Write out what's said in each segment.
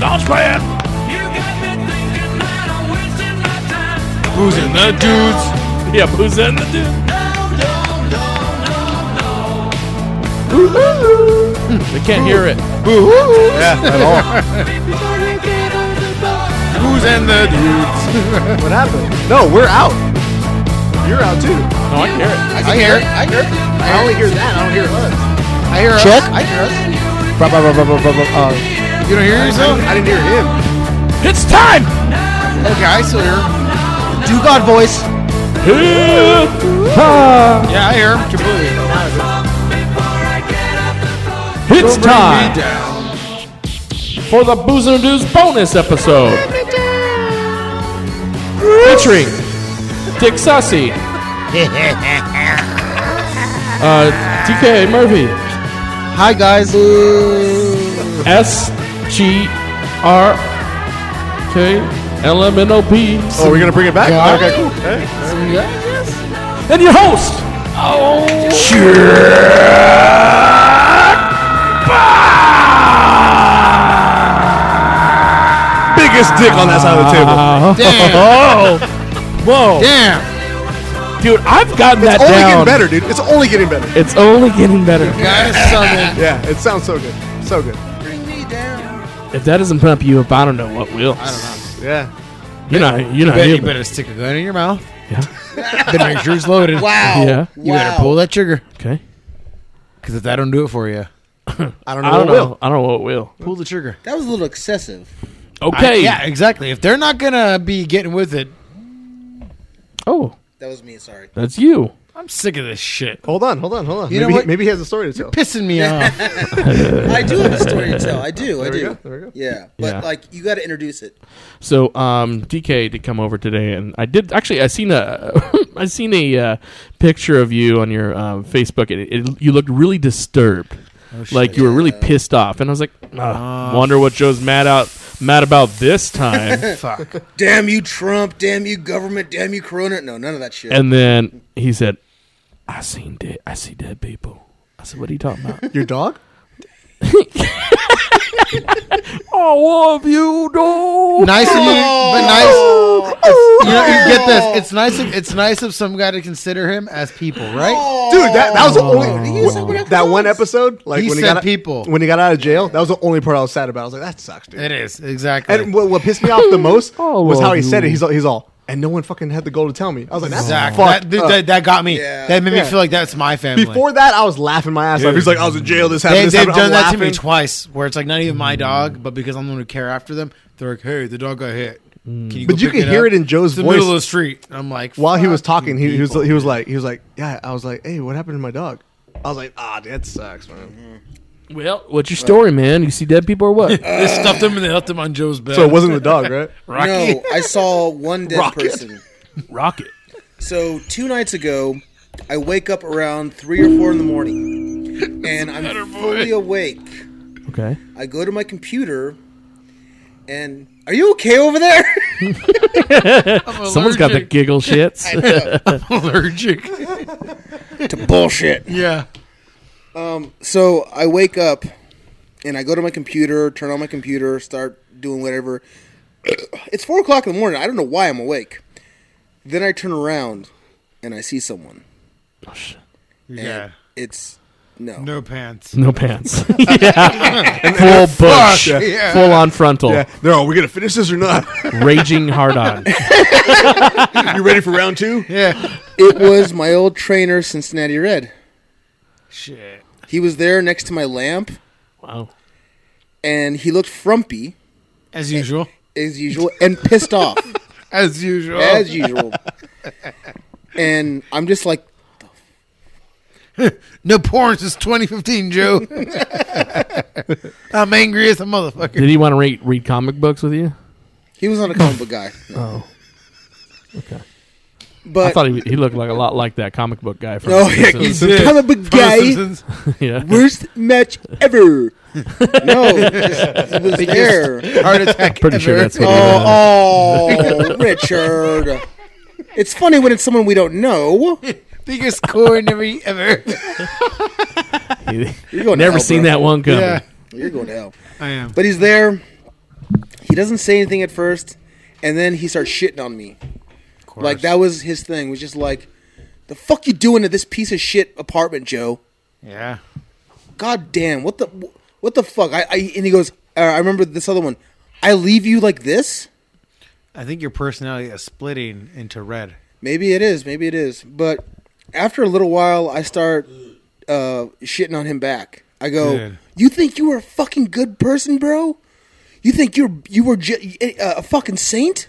God's plan. Who's in the dudes? Yeah, who's in the dude? They can't hear it. Yeah, at all. Who's in the dudes? what happened? No, we're out. You're out too. No, I can hear it. I hear it. I hear it. I only hear that. I don't hear us. I hear Chuck? us. I hear us. Blah, blah, blah, blah, blah, blah, blah. Uh, You don't hear yourself? I didn't hear him. It's time. Okay, I still hear him. do God voice. Here, Yeah, I hear him completely. It's Me time down. for the Booze and Dudes bonus episode. Featuring Dick Sussy, uh, TK Murphy, Hi, guys. S G R K L M N O P, Oh, we're gonna bring it back. Yeah. Okay, cool. Hey. and your host. Oh, Biggest dick on that side of the table. Ah, Oh. Damn. whoa, Damn. dude, I've gotten that it's only down. getting better, dude. It's only getting better. It's only getting better. Guys, something. Yeah, it sounds so good. So good. If that doesn't pump you up, I don't know what will. Yeah. You're not. You're not. Bet you human. better stick a gun in your mouth. Yeah. better make sure it's loaded. Wow. Yeah. You better pull that trigger. Okay. Because if that don't do it for you, I don't know. I don't what know. will. I don't know what will. pull the trigger. That was a little excessive. Okay. I- yeah, exactly. If they're not gonna be getting with it, Oh, That was me. Sorry. that's you. I'm sick of this shit. Hold on, hold on, hold on. You know maybe, what? maybe he has a story to tell. Pissing me off. I do have a story to tell. I do. I There we do. go, there we go. Yeah, but Yeah. like you got to introduce it. So um, DK did come over today, and I did actually. I seen a I seen a uh, picture of you on your um, Facebook, and it, it, you looked really disturbed, like you were really pissed off. And I was like, "Ugh, wonder what Joe's mad out mad about this time. Fuck. Damn you, Trump! Damn you, government! Damn you, Corona! No, none of that shit. and then he said, "I seen dead. I see dead people." I said, "What are you talking about?" Your dog? oh, love you, dog. Nice of you, but nice. it's- you know, you get this. It's nice. Of, it's nice of some guy to consider him as people, right? Dude, that, that was the only He used somebody that one else's. episode. Like He when he said got people. when he got out of jail. That was the only part I was sad about. I was like, that sucks, dude. It is exactly. And what, what pissed me off the most Oh, was how he Lord. said it. He's all, he's all, and no one fucking had the goal to tell me. I was like, that's exactly. fucked That, dude, up." that, that got me. Yeah. That made me Yeah. feel like that's my family. Before that, I was laughing my ass off. He's like, I was in jail. This happened. they, this they've happened. done I'm that to laughing. me twice, where it's like not even my dog, but because I'm the one who care after them, they're like, "Hey, the dog got hit." Can you Mm. But go you pick could hear up?" it in Joe's It's the voice. middle of the street. And I'm like, While he was "Fuck talking, you he, he was people." he was like he was like, yeah. I was like, hey, what happened to my dog? I was like, ah, dude, that sucks, man. Well, what's your story, man? You see dead people or what? they stuffed him and they left him on Joe's bed. So it wasn't the dog, right? No, I saw one dead Rocket. person. Rocket. So two nights ago, I wake up around three or four in the morning, and I'm fully awake. Okay. I go to my computer, and are you okay over there? Someone's got the giggle shits. allergic. to bullshit. yeah. So I wake up and I go to my computer, turn on my computer, start doing whatever. it's four o'clock in the morning. I don't know why I'm awake. Then I turn around and I see someone. And Yeah. It's no. No pants. No pants. yeah. Full bush. Yeah. Full on frontal. Yeah. No, we're gonna finish this or not? Raging hard on. you ready for round two? Yeah. It was my old trainer, Cincinnati Red. Shit. He was there next to my lamp Wow. and he looked frumpy As usual. as usual and pissed off As usual. as usual. And I'm just like, no porn since 2015, Joe. I'm angry as a motherfucker. Did he want to read, read comic books with you? he was not a comic book guy. No. Oh. Okay. But I thought he, he looked like a lot like that comic book guy from Oh, The yeah, Simpsons. did. comic book guy. yeah. worst match ever. No, just, it was there. Heart attack. Pretty sure that's what he did. Oh, oh, Richard. It's funny when it's someone we don't know. Biggest coronary ever. He- You're going to Never hell, seen Oh, bro. that one coming. Yeah. You're going to hell. I am. But he's there, He doesn't say anything at first, and then he starts shitting on me. Like that was his thing. Was just like, the fuck you doing at this piece of shit apartment, Joe? Yeah. God damn, what the what the fuck? I, I and he goes. Uh, I remember this other one. I leave you like this. I think your personality is splitting into red. Maybe it is. Maybe it is. But after a little while, I start uh, shitting on him back. I go, Good. "You think you were a fucking good person, bro? You think you're you were j- uh, a fucking saint?"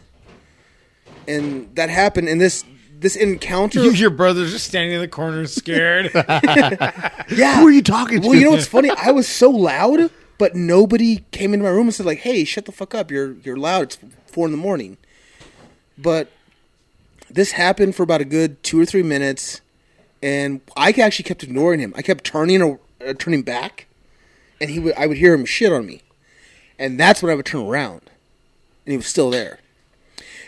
And that happened. And this this encounter. Your brother's just standing in the corner scared. yeah. Who are you talking to? Well, you know what's funny? I was so loud, but nobody came into my room and said like, "Hey, shut the fuck up! You're you're loud. It's four in the morning." But this happened for about a good two or three minutes, and I actually kept ignoring him. I kept turning or uh, turning back, and he would I would hear him shit on me, and that's when I would turn around, and he was still there.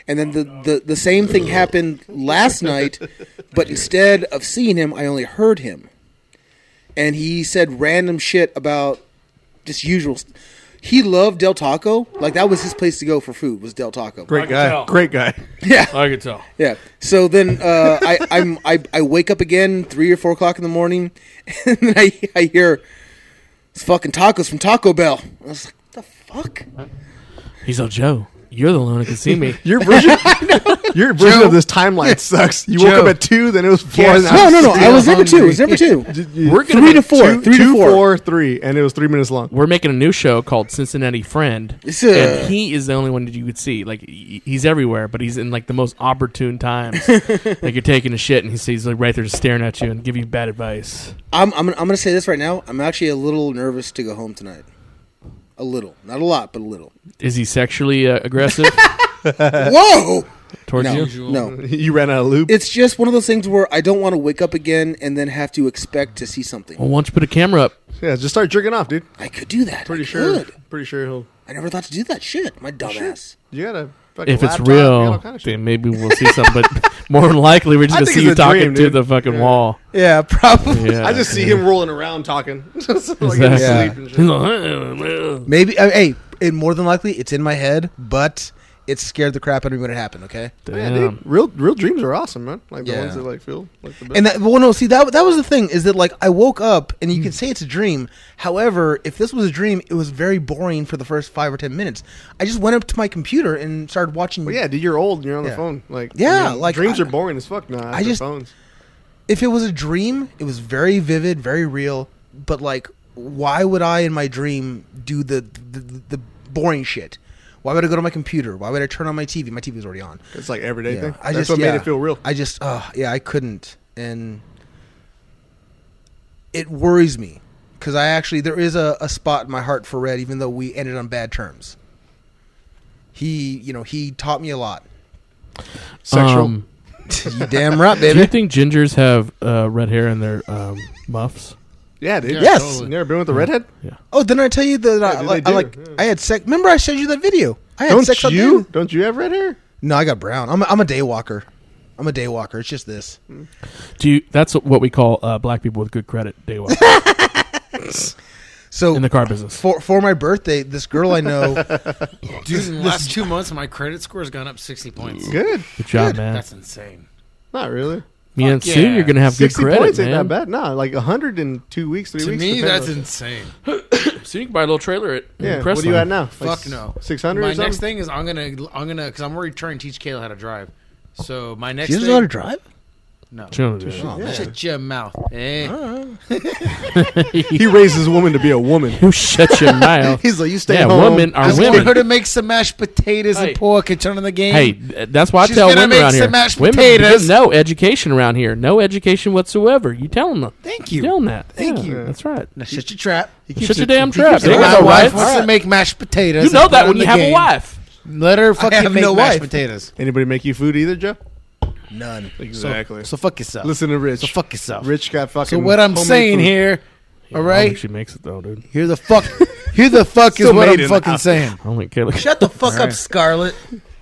And then the, the, the same thing happened last night, but instead of seeing him, I only heard him and he said random shit about just usual. St- he loved Del Taco. Like that was his place to go for food was Del Taco. Great guy. Great guy. Yeah, I could tell. yeah. So then uh, I, I'm I, I wake up again three or four o'clock in the morning, and then I I hear it's fucking tacos from Taco Bell. I was like, the fuck. He's all Joe. You're the one who can see me. Your version, your version of this timeline sucks. You woke Joe. up at two, then it was four. Yes. and No, now no, no. it's I was number two. It was hungry. number two. three. We're gonna Three make, to four. Two- Three two, to four. four, three, and it was three minutes long. We're making a new show called Cincinnati Friend, It's a- and he is the only one that you could see. Like he- he's everywhere, but he's in like the most opportune times. like you're taking a shit, and he's, he's like right there just staring at you and giving you bad advice. I'm I'm I'm gonna say this right now. I'm actually a little nervous to go home tonight. A little, not a lot, but a little. Is he sexually uh, aggressive Whoa! towards No, you? no. You ran out of loop. It's just one of those things where I don't want to wake up again and then have to expect to see something. Oh. Well, why don't you put a camera up? yeah, just start jerking off, dude. I could do that. Pretty I sure. could. Pretty sure he'll. I never thought to do that shit. My dumbass. You gotta. fucking If it's laptop, you got all real, kinda shit. then maybe we'll see some. But more than likely, we're just I gonna think see it's you a talking dream, to dude. the fucking wall. Yeah, probably. Yeah, I just see him rolling around talking. Just like in his sleep Exactly. and shit. Maybe. Uh, hey, it, more than likely, it's in my head, but it scared the crap out of me when it happened. Okay. Yeah, Damn. dude, real real dreams are awesome, man. Like the Yeah. ones that like feel like the best. And that, well, no, see that that was the thing is that like I woke up and you can say it's a dream. However, if this was a dream, it was very boring for the first five or ten minutes. I just went up to my computer and started watching. But yeah, dude, you're old and you're on Yeah. the phone. Like, Yeah, I mean, like, dreams I- are boring as fuck now. After just- phones. if it was a dream, it was very vivid, very real. But like, why would I in my dream do the the, the boring shit? Why would I go to my computer? Why would I turn on my TV? My TV was already on. It's like everyday Yeah. thing. I That's just what yeah. made it feel real. I just uh, yeah, I couldn't, and it worries me because I actually there is a, a spot in my heart for Red, even though we ended on bad terms. He, you know, he taught me a lot. Sexual. Um, You damn right, do you baby. think gingers have uh, red hair in their um, muffs? yeah, dude. Yes. You never been with a redhead? Oh, didn't I tell you that I, dude, like, they I do, like yeah. I had sex? Remember I showed you that video? I had Don't sex on you? the- Don't you have red hair? No, I got brown. I'm a, I'm a day walker. I'm a day walker. It's just this. Do you, that's what we call uh, black people with good credit day one So in the car business. for for my birthday, this girl I know Dude, in the last two months, my credit score has gone up 60 points. Good. Good job, man. That's insane. Not really. Me and Fuck Sue, yeah. you're gonna have good Sixty credit, points man. ain't that bad. No, like hundred in two weeks, three To weeks. me, depending that's on- insane. So you can buy a little trailer at yeah. What are you at now? Fuck no. Six hundred. My or something? next thing is I'm gonna I'm gonna because I'm already trying to teach Kayla how to drive. So my next she doesn't thing, know how to drive. no, now? shut your mouth. Eh. He raises a woman to be a woman. Who shut your mouth? He's like, you stay yeah, home. women are I want her women. to make some mashed potatoes Hey. and pork and turn on the game. Hey, th- that's why I She's tell gonna women make around some here. mashed women you potatoes. get no education around here. No education whatsoever. You telling them? Thank You you. telling that? Thank Yeah, you. That's right. Now shut your trap. He keeps Shut your it- damn he trap. keeps it There real. you my go, wife wife. wants to make mashed potatoes. You and know put that on when the you have a game. wife. Let her fucking have make no mashed wife. potatoes. Anybody make you food either, Joe? None. Exactly. So fuck yourself. Listen to Rich. So fuck yourself. Rich got So fucking. what I'm homemade saying food. here, all right, She makes it though, dude. here the fuck, here the fuck is Still what made I'm in fucking house. saying. I don't think Kayla. Shut the fuck up, Scarlett.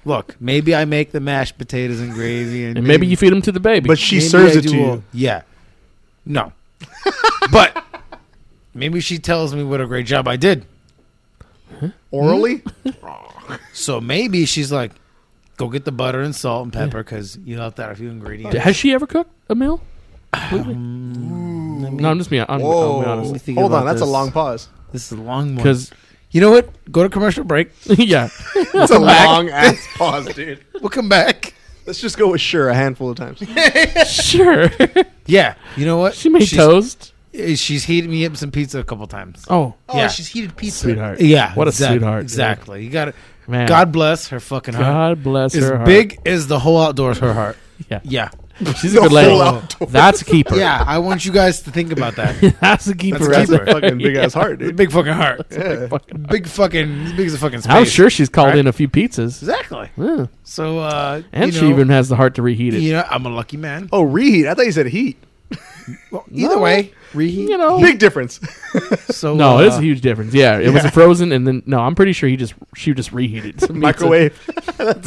Look, maybe I make the mashed potatoes and gravy, and, And maybe you feed them to the baby. but she maybe serves I it do to all- you. Hmm? Yeah, no, but maybe she tells me what a great job I did. Orally? So maybe she's like, go get the butter and salt and pepper because you left out a few ingredients. Has she ever cooked a meal? Completely? no, I'm just being. I'm, I'm being Whoa. honest. think Hold about on, that's a um, this. long pause. This is a long one. Because You know what? Go to commercial break. yeah, That's a long ass pause, dude. We'll come back. Let's just go with sure a handful of times. sure. Yeah. You know what? she made she's, toast. eh, She's heated me up some pizza a couple times. Oh, Oh, Yeah. she's heated pizza. sweetheart. Yeah. what a exact- sweetheart. Exactly. You got it. dude. man. God bless her fucking heart. God bless as her. heart. big as the whole outdoors, her heart. Yeah. Yeah. She's a good lady. whole outdoors. That's a keeper. Yeah. I want you guys to think about that. That's a keeper. That's a right keeper. there. Fucking big ass heart, dude. big fucking heart. Fucking- Big fucking, as big as a fucking space. I'm sure she's called Right? in a few pizzas. Exactly. Yeah. So, uh, And you she know, even has the heart to reheat it. you know, I'm a lucky man. Oh, reheat. I thought you said heat. Well, either way, reheat. You know, Big difference. So no, uh, it's a huge difference. Yeah, it was frozen, and then no, I'm pretty sure he just she just reheated some pizza. Microwave.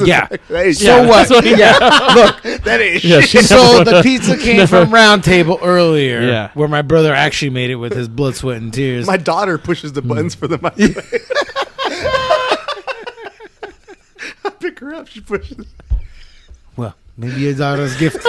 yeah. That is So Yeah, what? that's what he- yeah. Look. That is Yeah, she So never- the pizza came never- from Round Table earlier, Yeah. where my brother actually made it with his blood, sweat, and tears. My daughter pushes the buttons for the microwave. I pick her up. She pushes. well, maybe your daughter's gifted.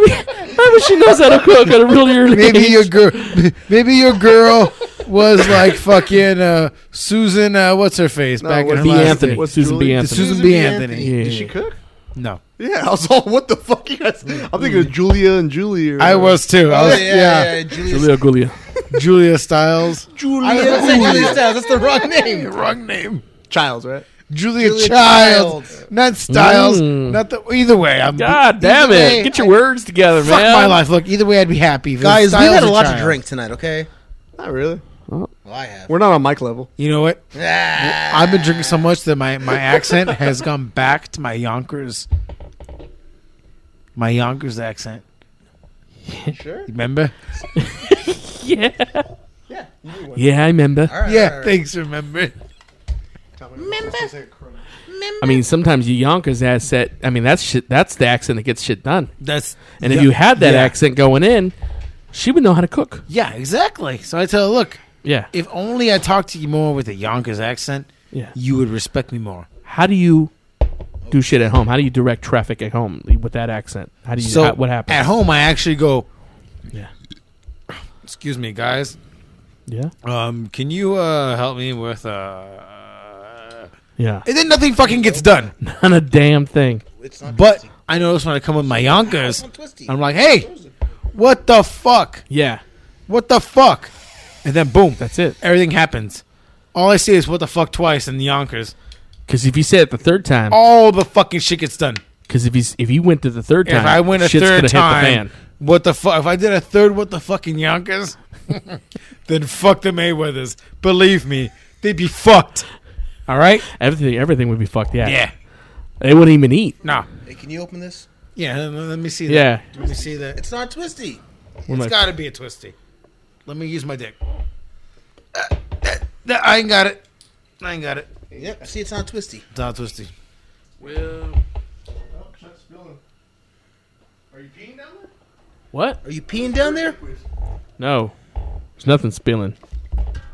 Maybe she knows how to cook at a really early maybe age. your girl. Maybe your girl was like fucking uh, Susan. Uh, what's her face back in what- her B. last Anthony. day. What's Susan B. Julie- Anthony. Susan, B. Anthony. Yeah. Did she cook? No, Yeah, I was all, what the fuck? You guys, I'm thinking of Julia and Julie. Or Mm. I was too. I Oh, was, yeah, yeah, yeah, yeah, Julia. Julia Gulia. Julia Styles. I was gonna say Julia Stiles. That's the wrong name. Wrong name. Childs, right? Julia, Julia Childs. Childs. Not Styles. Mm. Not the, either way. I'm God damn it! way, Get your words together, fuck man. my life. Look, either way, I'd be happy. if it was Guys, we've Styles had a or lot Childs. to drink tonight, okay? Not really. Well, I have. We're not on mic level. You know what? Ah. I've been drinking so much that my, my accent has gone back to my Yonkers. My Yonkers accent. Sure. Remember? Yeah. Yeah, I remember. All right, all Yeah. right. Thanks. Remember. I mean, sometimes you Yonkers accent. I mean, that's shit. That's the accent that gets shit done. That's And yeah, if you had that yeah. accent going in, she would know how to cook. yeah, exactly. So I tell her, look, Yeah, if only I talked to you more with a Yonkers accent, yeah. you would respect me more. How do you do shit at home? How do you direct traffic at home with that accent? How do you? So how- what happens? At home, I actually go. Yeah. Excuse me, guys. Yeah, Um, can you uh help me with uh? yeah. And then nothing fucking gets done. Not a damn thing. It's not But twisty. I notice when I come with my It's Yonkers, not twisty. I'm like, hey, what the fuck? Yeah, What the fuck? And then boom, that's it. everything happens. All I see is what the fuck twice in the Yonkers. Because if you say it the third time, All the fucking shit gets done. because if he's if you went to the third time, If I win a shit's gonna third hit the time, fan. what the fuck? If I did a third, what the fucking Yonkers? then fuck the Mayweathers. Believe me, they'd be fucked. All right? Everything everything would be fucked. Yeah, Yeah. They wouldn't even eat. Nah. Hey, can you open this? Yeah. Let let me see that. Yeah, Let me see that. It's not twisty. It's my- got to be a twisty. Let me use my dick. Uh, uh, uh, I ain't got it. I ain't got it. Yep. See, it's not twisty. It's not twisty. Are you peeing down there? What? Are you peeing down there? No, there's nothing spilling.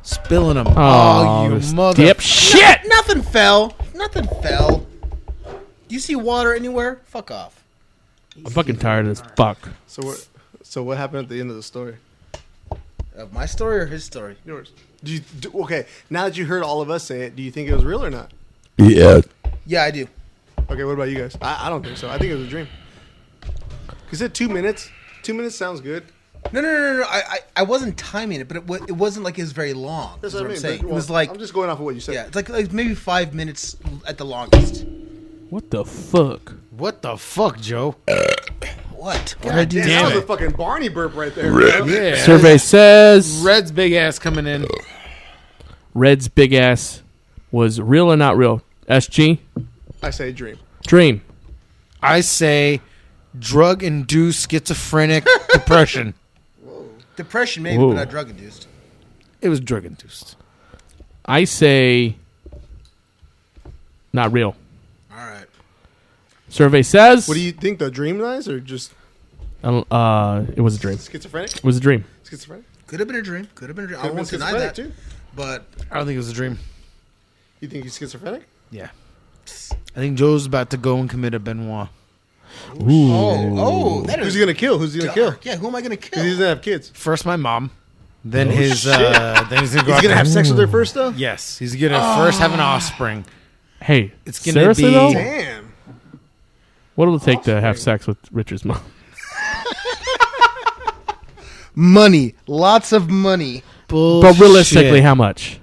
Spilling them. Aw, Oh, you this mother. dipshit! Nothing fell. Nothing fell. Do you see water anywhere? Fuck off. I'm fucking tired of this fuck. So what? So what happened at the end of the story? Of Uh, my story or his story? Yours. Do you, do, okay, now that you heard all of us say it, do you think it was real or not? Yeah, I do. Okay, what about you guys? I, I don't think so. I think it was a dream. Is it two minutes? Two minutes sounds good. No, no, no, no. no. I, I, I wasn't timing it, but it, wa- it wasn't like it was very long. That's what, I am saying. Well, it was like, I'm just going off of what you said. yeah, it's like, like maybe five minutes at the longest. What the fuck? What the fuck, Joe? What? What God damn, that Damn was it. a fucking Barney burp right there. bro. Yeah. Survey says Red's big ass coming in. Red's big ass was real or not real. SG I say dream. dream. I say drug induced schizophrenic depression. Depression, maybe, Whoa. but not drug induced. It was drug induced. I say not real. All right. Survey says What do you think? The dream lies or just Uh, uh, it was a dream. schizophrenic? It was a dream. Schizophrenic? Could have been a dream. Could have been a dream. I Could've been won't deny schizophrenic that. too. But I don't think it was a dream. You think he's schizophrenic? Yeah. I think Joe's about to go and commit a Benoit. Ooh. Oh, oh, that Who's is he gonna kill? Who's he gonna kill? dark. Yeah, who am I gonna kill? 'Cause he doesn't have kids. First my mom, then his. Uh, then he's gonna go He's out gonna to- have Oh. sex with her first though. Yes, he's gonna first have an offspring. Hey, It's gonna seriously be- though, Damn. what will it take to have sex with Richard's mom? money, lots of money. But realistically, how much?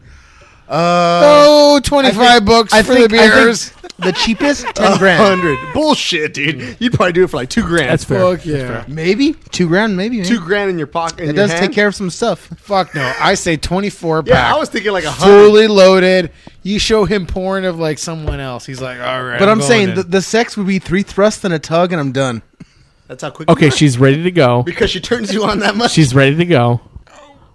oh, 25 bucks for the I think beers. the cheapest, ten grand, Hundred. Bullshit, Mm. dude. You'd probably do it for like two grand. That's fair. Fuck yeah. maybe two grand, maybe. man. two grand in your pocket. in It your does hand. take care of some stuff. Fuck no. I say 24 Yeah, pack. I was thinking like a hundred. fully loaded. You show him porn of like someone else. He's like, all right. But I'm going saying in. the, the sex would be three thrusts and a tug, and I'm done. That's how quick. Okay, she's ready to go. because she turns you on that much. She's ready to go.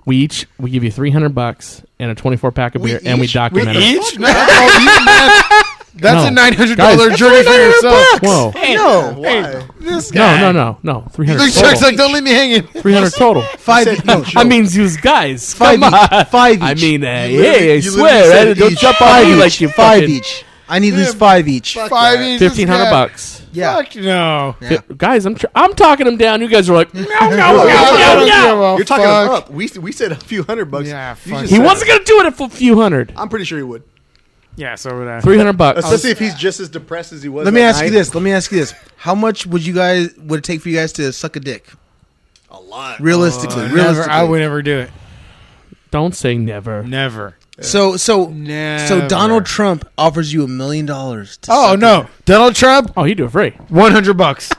We each we give you three hundred bucks and a twenty four pack of beer, and we each- document we it. each? No, that's No. a nine hundred Guys, dollar that's journey for yourself. Whoa! No, why? This guy. No, no, no, no. Three hundred Look, Chuck's total. like, don't leave me hanging. Three hundred total. five. e- No, I mean, you guys. five Come on. each. Five each. I mean, uh, literally- hey, I you literally swear, said right? don't each. jump on five me each. like you five fucking- each. I need at least five each. Five each. Fifteen hundred bucks. Yeah. Fuck no. Yeah. Fi- Guys, I'm tr- I'm talking them down. You guys are like, no, no, no, I no, don't no. give a oh, You're talking fuck. up. We we said a few hundred bucks. Yeah, You fuck. just He said- wasn't gonna do it for a few hundred. I'm pretty sure he would, Yeah, so would I. Three hundred bucks. especially if he's just as depressed as he was. Let me that ask you night. this. Let me ask you this. How much would you guys would it take for you guys to suck a dick? A lot. Realistically, Never, realistically. I would never do it. Don't say never. Never. So so so Never. Donald Trump offers you a million dollars. to Oh suck no, Donald Trump, Oh, he do it free one hundred bucks.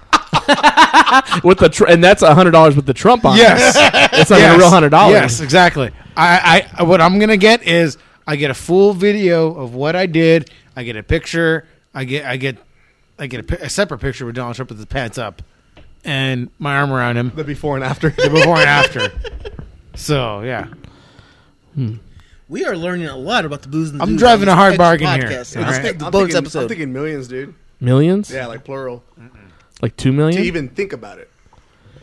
with the tr- and that's hundred dollars with the Trump on. it. Yes, it's not even Yes. a real hundred dollars. Yes, exactly. I, I, what I'm gonna get is I get a full video of what I did. I get a picture. I get, I get, I get a, pi- a separate picture with Donald Trump with his pants up and my arm around him, The before and after. the before and after. So yeah, We are learning a lot about the booze and the I'm dudes driving a on hard this bargain podcast. here. It's All like right. the I'm bonus thinking, episode. I'm thinking millions, dude. millions. Yeah, like plural. like two million. To even think about it.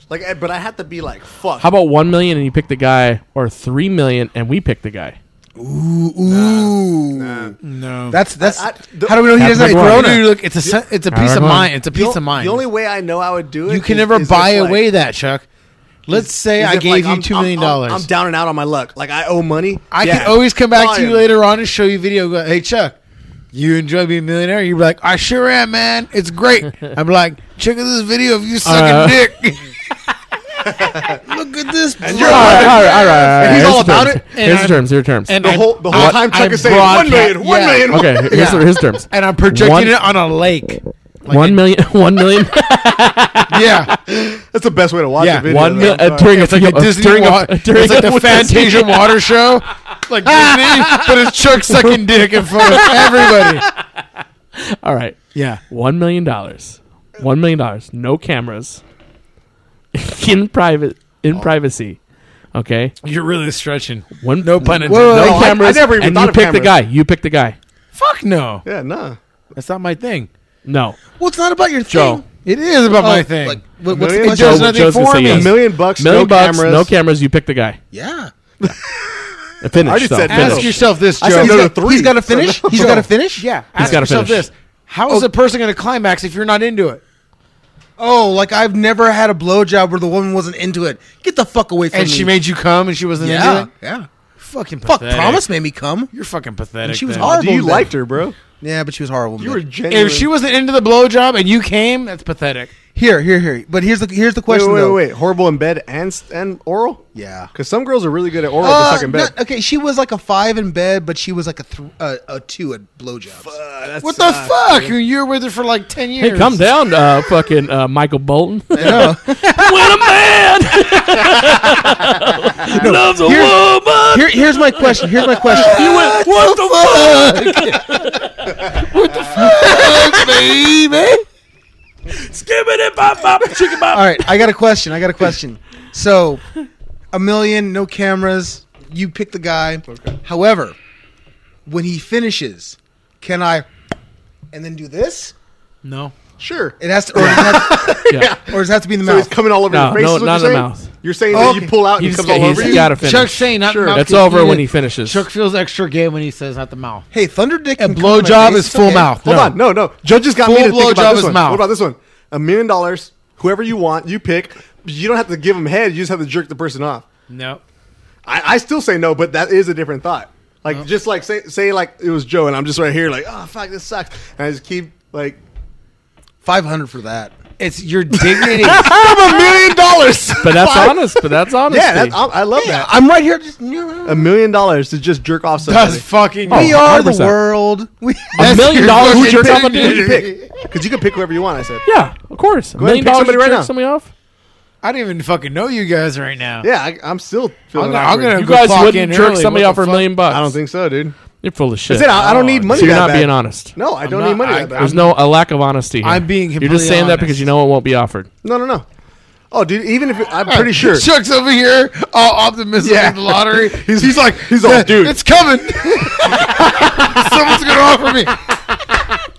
Like, I- but I had to be like, fuck. How about one million and you pick the guy, or three million and we pick the guy? Ooh, no. that's that's. I- the- how do we know he doesn't have Number one. Corona? Dude, look, it's a sen- it's a All piece right, of go on. mind. It's a The o- piece of mind. The only way I know I would do it. you can is- never is if, buy like- away that, Chuck. Let's say is I if, gave like, you I'm- two million I'm- I'm- dollars. I'm down and out on my luck. Like I owe money. I Yeah. can always come back to you Fine. later on and show you video. Go, hey Chuck, you enjoy being a millionaire? You're like, I sure am, man. It's great. I'm like, check out this video of you sucking Uh. dick. Look at this. All right, all right, all right. all right. he's Here's all the about terms. it, and Here's the I'm- terms. Here's the terms. And The I'm- whole the whole I- time I'm Chuck is saying one broadca- million, one yeah. million, one Okay, million." here's, the- here's the terms. And I'm projecting One- it on a lake. Like One million, one million, yeah, That's the best way to watch Yeah. a video. one mil- though. uh, during a like a uh, Disney. during a- wa- during it's like a- the Fantasia Water Show, like Disney, but it's Chuck sucking dick in front of everybody. All right, Yeah, one million dollars, one million dollars, no cameras, in private, in privacy. Okay, you're really stretching. one No pun intended. no No, I- I cameras. never even and thought you of pick the cameras. guy. You pick the guy. Fuck no, Yeah, nah. that's not my thing. No, Well, it's not about your thing. Joe. It is about Oh, my thing. Like, what, what's the Million question? does Joe- nothing Joe's gonna for say me. Oh, yes. A million bucks, million no bucks, cameras. no cameras. You pick the guy. yeah. Finish. already so, said finish. Ask yourself this, Joe. I said he's no, got, three. he's got to finish. He's got to finish. Yeah, He's ask gotta yourself finish. this: How is a person going to climax if you're not into it? Oh, like I've never had a blowjob where the woman wasn't into it. Get the fuck away from And me. she made you come, and she wasn't Yeah. into it. Yeah. Fucking Fuck, pathetic. Promise made me come. You're fucking pathetic. And she was then. horrible. You then. liked her, bro. Yeah, but she was horrible. You man. were genuine. If she wasn't into the blowjob and you came, that's pathetic. Here, here, here. But here's the here's the wait, question wait, wait, though. wait, horrible in bed and s- and oral. Yeah. Because some girls are really good at oral Uh, but suck in bed. not- okay, she was like a five in bed, but she was like a th- uh, a two at blowjobs. Uh, that's, What the uh, fuck? You were with her for like ten years. Hey, come down, uh, fucking uh, Michael Bolton. Yeah. when a man loves a woman, Here, here's my question. Here's my question. you went, what the fuck? Skibbity bop bop, chicken bop. All right, I got a question. I got a question. So, a million, no cameras. You pick the guy. However, when he finishes, can I and then do this? No, Sure. It has to, or, does it have, Yeah. or does it have to be in the So it's mouth? coming all over No, your face. no, is what not you're in the saying? mouth. You're saying Oh, that you pull out and He's it comes got- all over he's you. got to finish. Chuck's saying not Sure. mouth That's can over eat when it. he finishes. Chuck feels extra gay when he says not the mouth. Hey, Thunder Dick. A can come in my blowjob face, is it's full okay. mouth. Hold on, no, no. Judges got me Full to think blowjob about is this one. mouth. What about this one? A million dollars. Whoever you want, you pick. You don't have to give them head. You just have to jerk the person off. No. I, I still say no, but that is a different thought. Like just like say say like it was Joe and I'm just right here like oh fuck this sucks and I just keep like 500 for that. It's your dignity. I'm a million dollars. But that's Why? honest. But that's honest. Yeah, that's, I, I love that. I'm right here. Just, you know, A million dollars to just jerk off That's somebody. fucking. Oh. we are the 100%. world. We, a million dollars Who to jerk off pick? a Who you dude. pick? Because you can pick whoever you want. I said. Yeah, of course. A ahead and million pick dollars to somebody right jerk now. somebody off. I don't even fucking know you guys right now. Yeah, I, I'm still. Feeling I'm gonna- I'm awkward. gonna- You go guys clock wouldn't in jerk early. somebody What off the for a fuck? million bucks. I don't think so, dude. you're full of shit. That's it. I, I don't Oh, need money. so you're that not bad. being honest. No, I don't I'm need not- money. I- that bad. There's no a lack of honesty. Here. I'm being You're just completely saying that honest. because you know it won't be offered. No, no, no. Oh, dude. Even if I'm pretty sure. Chuck's over here, all optimistic Yeah. in the lottery. He's, he's like he's all dude. It's coming. Someone's gonna offer me.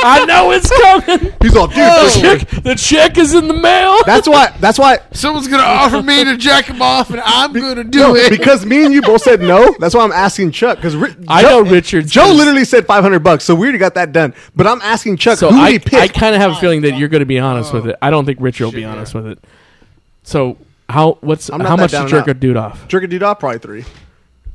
I know it's coming. He's all dude. the, listen." check, the check is in the mail. That's why. That's why. Someone's gonna offer me to jack him off, and I'm gonna do No, it. because me and you both said no. That's why I'm asking Chuck. Because I know Richard's Joe gonna- literally said 500 bucks, so we already got that done. But I'm asking Chuck So who I, he I picked. kind of have a feeling that you're going to be honest with it. I don't think Richard will be honest with it. So how what's I'm not how that much down to jerk and a out. dude off? Jerk a dude off, probably three,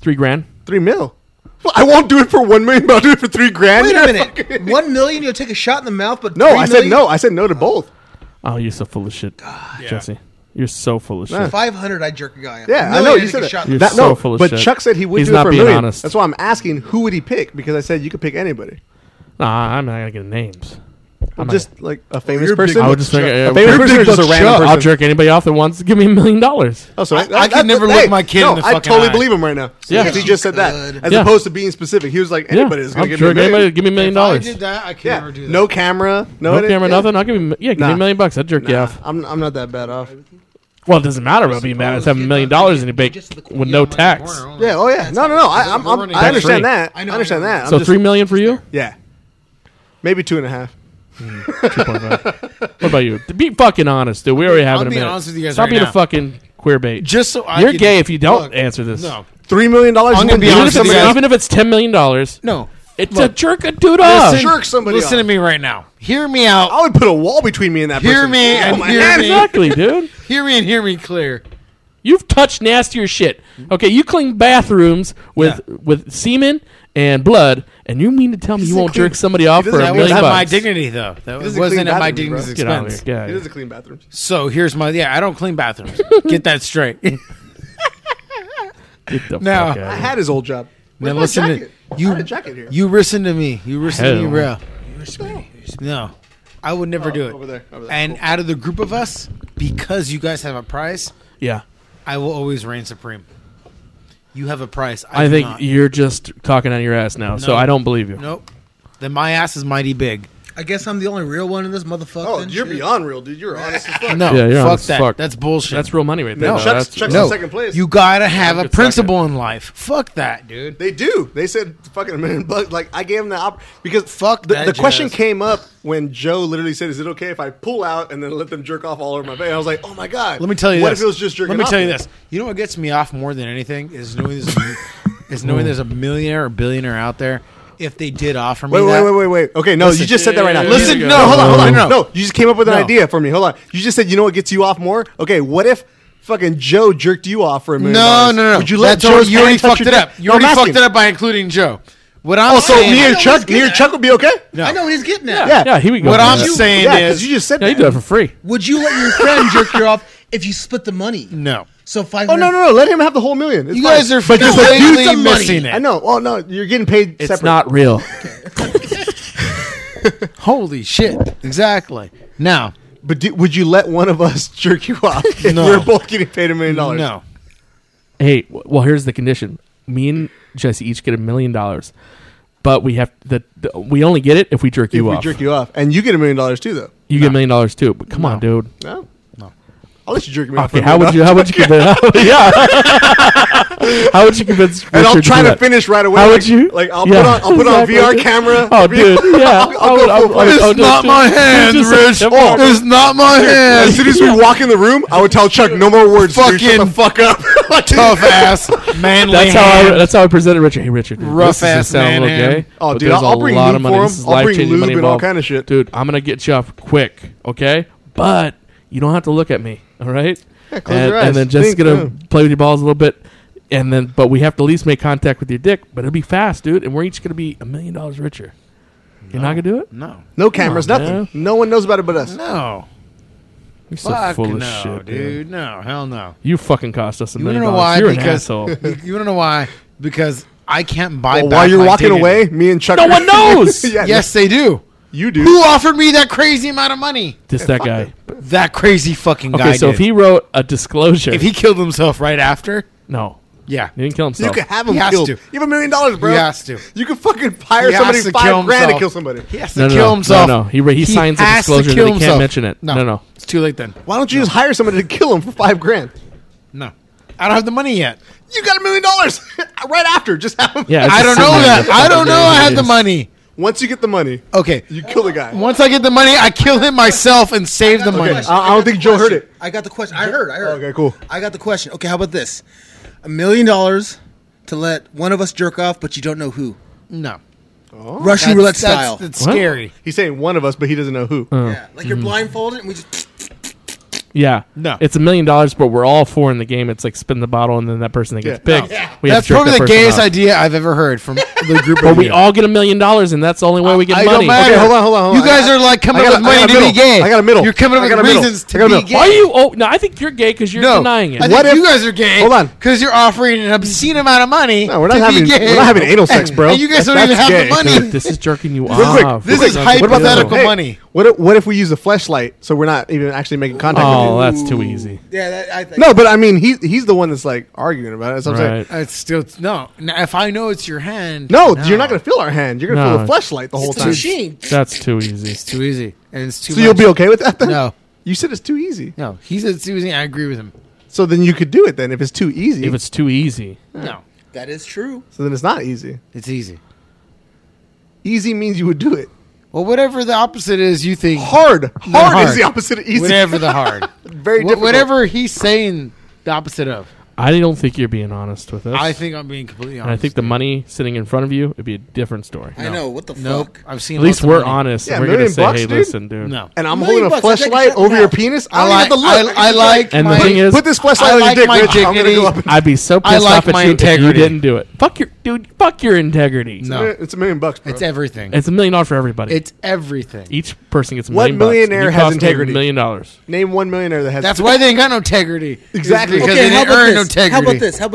Three grand. three mil. Well, I won't do it for one million, but I'll do it for three grand. Wait Yeah, a minute. fuck. One million, you'll take a shot in the mouth, but No, three I said million? no. I said no to both. Oh, you're so full of shit, Jesse. You're so full of shit. 500, I jerk a guy. up. Yeah, I A know million, you said I'd take a that. shot in You're the That- mouth. so no, full of but shit. Chuck said he would He's do it not for a being million. honest. That's why I'm asking who would he pick because I said you could pick anybody. Nah, I'm not going to get names. I'm not Just like a famous you're big person. I would just think a uh, famous person or just a buck random Chuck. I'll person. jerk anybody off that wants to give me a million dollars. Oh, so I- I can never that- look my kid no, in the I fucking totally eye. believe him right now. Yeah. Yeah, he just said that, Good. as Yeah. opposed to being specific. He was like, anybody is I'll going to jerk give me a million. anybody to give me a million I dollars. did that. I could Yeah, never do that. no camera, no, No edit- camera, yeah. nothing. I'll give you yeah, give me Nah. a million bucks. I'd jerk you Nah, off. I'm, I'm not that bad off. Well, it doesn't matter. I'll be mad at seven million dollars and you bake with no tax. Yeah, oh yeah, no, no, no. I, I'm, we're I'm, running I back. understand Three. that. I know, I understand know. that. I'm So just- three million for you. yeah, maybe two and a half. What about you? Be fucking honest, dude. We already have it I'm a being minute. honest with you guys Stop right being a now. fucking queer bait. Just so I You're could- gay if you don't Look, answer this. No, Three million dollars. I'm gonna be Even honest if, with it's, you guys. even if it's ten million dollars, no. it's Look, a jerk a dude off. listen- jerk somebody Listen off. to me right now. Hear me out. I would put a wall between me and that Hear person. me and my hear God. me. Exactly, dude. Hear me and hear me clear. You've touched nastier shit. Mm-hmm. Okay, you clean bathrooms with with semen and blood, and you mean to tell me you won't clean- jerk somebody off he for a doesn't That have- million was bucks? at my dignity, though. That is a clean wasn't at my bathroom, bro. dignity's Get out of expense. here. Get out of It here. is a clean bathroom. So here's my yeah. I don't clean bathrooms. Get that straight. Get the Now- fuck out of I here. had his old job. now Where's my listen to jacket? I had a you. jacket here. You listen to me. You listen to Hell. me, real. No, I would never do it. Oh, over there, over there. And out of the group of us, because you guys have a price, yeah. I will always reign supreme. You have a price. I I, do think not. you're just talking on your ass now, so No. I don't believe you. Nope. Then my ass is mighty big. I guess I'm the only real one in this motherfucker. Oh, then, you're shit. beyond real, dude. You're honest as fuck. No, Yeah, you're fuck honest as that. fuck. That's bullshit. That's real money right there. No, though. Chuck's, That's- Chuck's no. in second place. You gotta have a good principle in life. Fuck that, dude. They do. They said fucking a million bucks. Like I gave him the op- because Fuck the, that the question jazz. came up when Joe literally said, "Is it okay if I pull out and then let them jerk off all over my face?" I was like, "Oh my god!" Let me tell you What this. if it was just jerking? Let me off tell you me? this. You know what gets me off more than anything is knowing there's a, is Hmm. knowing there's a millionaire or billionaire out there. If they did offer me Wait, wait, that, wait, wait, wait. Okay, no, you just said that right now. yeah, Listen, yeah, no, yeah. hold on, hold on. No. No, you just came up with an No. idea for me. Hold on. You just said, you know what gets you off more? Okay, what if fucking Joe jerked you off for a million? No, no, dollars? no. no. Would you let That's already- Joe's You already hand touch fucked your it dick? up. You No, already I'm fucked asking. it up by including Joe. What I'm Also, saying, me and always Chuck, get me and that. Chuck would be okay. No. I know what he's getting at. Yeah, Yeah, he would go. what for I'm that. saying yeah, is, because you just said Yeah, you that. do it for free. Would you let your friend jerk you off if you split the money? no, So five. Oh no, no, no! Let him have the whole million. It's you fine. guys are but just like, dude, some money. missing it. I know. Oh no, you're getting paid. It's separate. not real. Holy shit! Exactly. Now, But do, would you let one of us jerk you off if No. we're both getting paid a million dollars? no. hey, w- well, here's the condition: me and Jesse each get a million dollars, but we have the, the we only get it if we jerk If you we off. jerk you off, and you get a million dollars too, though. you get a million dollars too. But come on, dude. No. I'll let you jerk me off. Okay, for a how minute. would you how would you convince? yeah, how would you convince? And I'll Richard try do to that? finish right away. How like, would you? Like I'll Yeah, put on I'll put exactly. on VR camera. Oh, every- dude, yeah. I'll, I'll I would- I go would- full I would- blast. I would- Not my hand, Just- Rich. Oh. It's not my As hand. soon as we walk in the room, I would tell Chuck no more words. dude. Shut the Fucking fuck up. Like, tough ass manly That's how I, hand. that's how I presented Richard. Hey, Richard, dude, Rough this ass doesn't sound man little hand. gay, Oh, but dude, there's I'll- I'll bring a lot lube of money. for This is him. I'll bring life-changing money lube and all involved. kinda shit. Dude, I'm gonna get you off quick, okay? But you don't have to look at me, all right? Yeah, close and, your and eyes. then just Think, gonna yeah. play with your balls a little bit, and then but we have to at least make contact with your dick. But it'll be fast, dude, and we're each gonna be a million dollars richer. You're not gonna do it? no, no cameras, Come on, nothing. man. No one knows about it but us. no, You're so fuck full of no, shit, dude. No, hell no. You fucking cost us a You wanna million know dollars. why? You're because an asshole. you, you wanna know why? Because I can't buy. Well, back while you're my walking dignity. away, me and Chuck. No one knows! yeah, yes, they do. you do. Who offered me that crazy amount of money? Just that guy. That crazy fucking guy. Okay, so did. if he wrote a disclosure, if he killed himself right after, no, yeah, he didn't kill himself. You could have him He has killed. to. You have a million dollars, bro. He has to. You could fucking hire He somebody has to five kill grand to himself. kill somebody. he has to no, no, kill no. himself. No, no. He re- he signs a has to disclosure kill that he can't himself. mention it. No. No, no. it's too late then. Why don't you just hire somebody to kill him for five grand? No, I don't have the money yet. You got a million dollars right after. Just have him. Yeah, it's I just don't know sitting there that. in the I don't fucking know. I days. have the money. Once you get the money, Okay. you kill the guy. Once I get the money, I kill him myself and save the money. I, I don't think Joe heard it. I got the question. I heard. I heard. Okay, cool. I got the question. Okay, how about this? A million dollars to let one of us jerk off, but you don't know who. no. Oh. Russian roulette style. That's, What? scary. He's saying one of us, but he doesn't know who. yeah, like Mm-hmm. you're blindfolded, and we just Yeah, No. It's a million dollars, but we're all four in the game. It's like spin the bottle, and then that person that gets Yeah. picked. Yeah. We have That's to jerk probably that the person gayest off. idea I've ever heard from the group. But of we you. all get a million dollars, and that's the only way we get I don't money. mind. Okay, hold on, hold on, hold on. You guys I got- are like coming I up got with a- money to I got a be middle. gay. I got a middle. You're coming I up with got a middle. reasons I got to a be middle. gay. Why are you? Oh no, I think you're gay because you're No, denying it. I What think if- you guys are gay. Hold on. because you're offering an obscene amount of money. No, we're not to be having gay. we're not having anal sex, bro. And you guys don't That's even have gay. the money. this is jerking you Real quick, off. this We're is not gonna What about that? hypothetical do it. Hey, money. What if, what if we use a flashlight so we're not even actually making contact? Oh, with that's too easy. yeah. That, I think. you? No, but I mean, he's he's the one that's like arguing about it. That's what I'm saying. Right. It's still no. Now, If I know it's your hand, No, you're not gonna feel our hand. You're gonna No. feel the flashlight the whole it's a time. machine. That's too easy. It's too easy, and it's too. So you'll much. be okay with that? Then? No. you said it's too easy. No, he said it's too easy. I agree with him. So then you could do it then if it's too easy. If it's too easy, No, That is true. so then it's not easy. it's easy. Easy means you would do it. Well, whatever the opposite is, you think Hard, hard, hard. is the opposite of easy. whatever the hard, Very Wh- difficult. whatever he's saying, the opposite of. I don't think you're being honest with us. I think I'm being completely honest. and I think the money sitting in front of you would be a different story. I know. What the Nope, fuck? I've seen. At least lots of we're money. honest, Yeah, and we're gonna million say, bucks, "Hey, dude. listen, dude." No, And I'm Million holding a bucks, I take a flashlight shot over now. your penis. I, I don't like. even have to look. I, I can like. And the my, thing is- put this flashlight I on like your dick, my Rich. I'm gonna go dignity. up. And, I'd be so I pissed like off at my you if integrity. you didn't do it. Fuck your dude. Fuck your integrity. No. It's a million bucks. Bro. it's everything. It's a million dollars for everybody. It's everything. Each person gets a What million bucks. millionaire You has cost me integrity? A million dollars. Name one millionaire that has. That's why they ain't got no integrity. Exactly. It's because Okay, they how didn't about earn this? integrity. How about this? How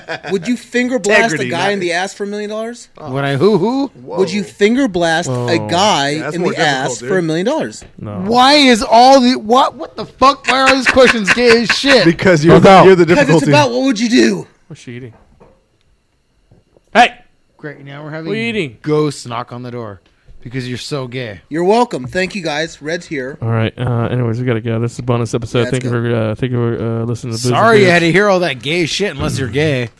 about this? Would you finger blast a Integrity, guy not- in the ass for a million dollars? When I hoo hoo. Would you finger blast a guy Yeah, that's in more the ass difficult, dude. for a million dollars? No. Why is all the what? What the fuck? Why are all these questions gay as shit? because you're, Without- you're the Because difficulty. it's about what would you do? What's she eating? Hey, Great. Now we're having What are you eating? ghosts knock on the door because you're so gay. You're welcome. Thank you guys. Red's here. All right. Uh, anyways, we gotta go. This is a bonus episode. Let's thank you go. for uh, thank you for uh, listening to. Booze and Sorry, you Beers. had to hear all that gay shit. Unless you're gay.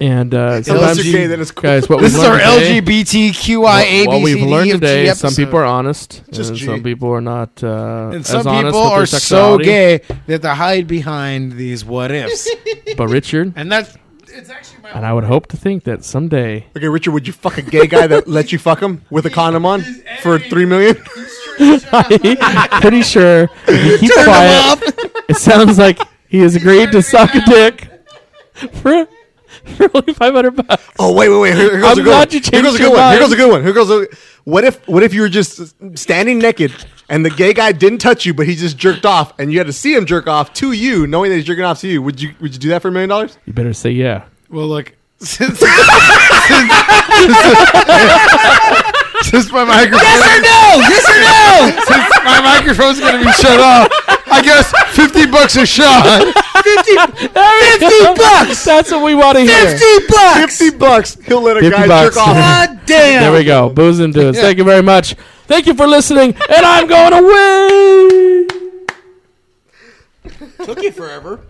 And uh, Unless sometimes you're you- gay, then it's cool. guys. What This we've is our learned today, LGBTQIA. What we've learned today, some people are honest, Just and G. some people are not. Uh, and as some honest people with their are so sexuality. gay that they hide behind these what ifs, But Richard, and that's it's actually my. and I would hope to think that someday Okay, Richard, would you fuck a gay guy that let you fuck him with a condom on for three million? pretty sure if you keep quiet. It sounds like he has agreed to suck a dick for, for only five hundred bucks. Oh wait, wait, wait! Here, here goes I'm a good glad one. you Here changed goes a your good one. Here mind. goes a good one. Here goes a. What if what if you were just standing naked and the gay guy didn't touch you, but he just jerked off, and you had to see him jerk off to you, knowing that he's jerking off to you? Would you would you do that for a million dollars? You better say yeah. Well, look, since, since, since my microphone, since my microphone's gonna be shut off, I guess fifty bucks a shot. Fifty bucks. That's what we want to hear. bucks. Fifty bucks. He'll let a 50 guy bucks. jerk off. God damn. There we go. Booze and dudes. Thank you very much. Thank you for listening, and I'm going away. Took you forever.